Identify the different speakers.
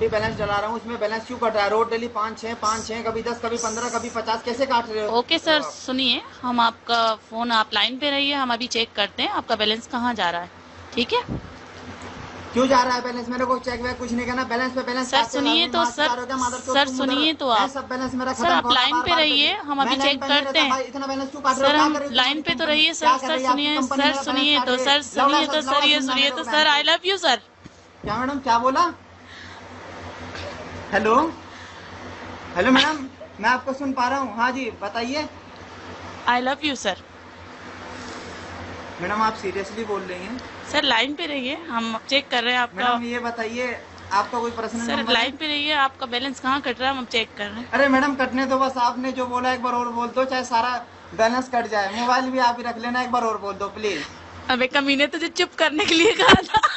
Speaker 1: भी बैलेंस डला रहा हूँ इसमें बैलेंस क्यों कट रहा है रोज डेली पाँच छः पाँच छः कभी दस कभी पंद्रह कभी पचास कैसे काट रहे हो
Speaker 2: ओके सर सुनिए हम आपका फोन आप लाइन पे रहिए हम अभी चेक करते हैं आपका बैलेंस कहाँ जा रहा है ठीक है
Speaker 1: क्यों जा रहा है बैलेंस मेरे को चेक वैक कुछ नहीं करना बैलेंस पे बैलेंस
Speaker 2: सर,
Speaker 1: काटते रहो,
Speaker 2: सुनिए तो
Speaker 1: मास्क
Speaker 2: सर-
Speaker 1: उतारोगे, माधव चौक
Speaker 2: सर,
Speaker 1: तुम
Speaker 2: सुनिए
Speaker 1: उधर-
Speaker 2: तो आप-
Speaker 1: मैं सब बैलेंस मेरा
Speaker 2: सर,
Speaker 1: खत्म
Speaker 2: आप
Speaker 1: हो रहा,
Speaker 2: लाइन
Speaker 1: बार-
Speaker 2: पे
Speaker 1: बार-
Speaker 2: रहिए, हम
Speaker 1: मैं
Speaker 2: अभी
Speaker 1: लाइन
Speaker 2: चेक
Speaker 1: पे नहीं रहता,
Speaker 2: करते हैं।
Speaker 1: भाई, इतना बैलेंस क्यों काट रहे हो
Speaker 2: सर
Speaker 1: क्या
Speaker 2: हम
Speaker 1: कर रहे हो
Speaker 2: लाइन पे तो रहिए
Speaker 1: क्या कर
Speaker 2: सर सर
Speaker 1: रही है? आपकी
Speaker 2: सुनिए
Speaker 1: कंपनी
Speaker 2: सर
Speaker 1: मेरा balance
Speaker 2: सुनिए
Speaker 1: काट
Speaker 2: तो
Speaker 1: रही है।
Speaker 2: सर सुनिए
Speaker 1: लौड़ा सर,
Speaker 2: तो सर
Speaker 1: लौड़ा
Speaker 2: ये
Speaker 1: सुन
Speaker 2: सुनिए
Speaker 1: रहे
Speaker 2: तो
Speaker 1: हो
Speaker 2: sir I
Speaker 1: ma'am.
Speaker 2: Love you sir
Speaker 1: क्या मैडम क्या बोला हेलो हेलो मैडम मैं आपको सुन पा रहा हूँ हाँ जी बताइए
Speaker 2: I love you sir
Speaker 1: madam आप सीरियसली बोल रही हैं
Speaker 2: सर लाइन पे रहिए हम चेक कर रहे हैं आपका
Speaker 1: मैडम ये बताइए आपका कोई पर्सनल
Speaker 2: तो- सर
Speaker 1: नंबर है?
Speaker 2: लाइन पे रहिए आपका बैलेंस कहाँ कट रहा है हम चेक कर रहे हैं
Speaker 1: अरे मैडम कटने दो बस आपने जो बोला एक बार और बोल दो चाहे सारा बैलेंस कट जाए मोबाइल भी आप ही रख लेना एक बार और बोल दो प्लीज
Speaker 2: अबे कमीने तुझे चुप करने के लिए कहा था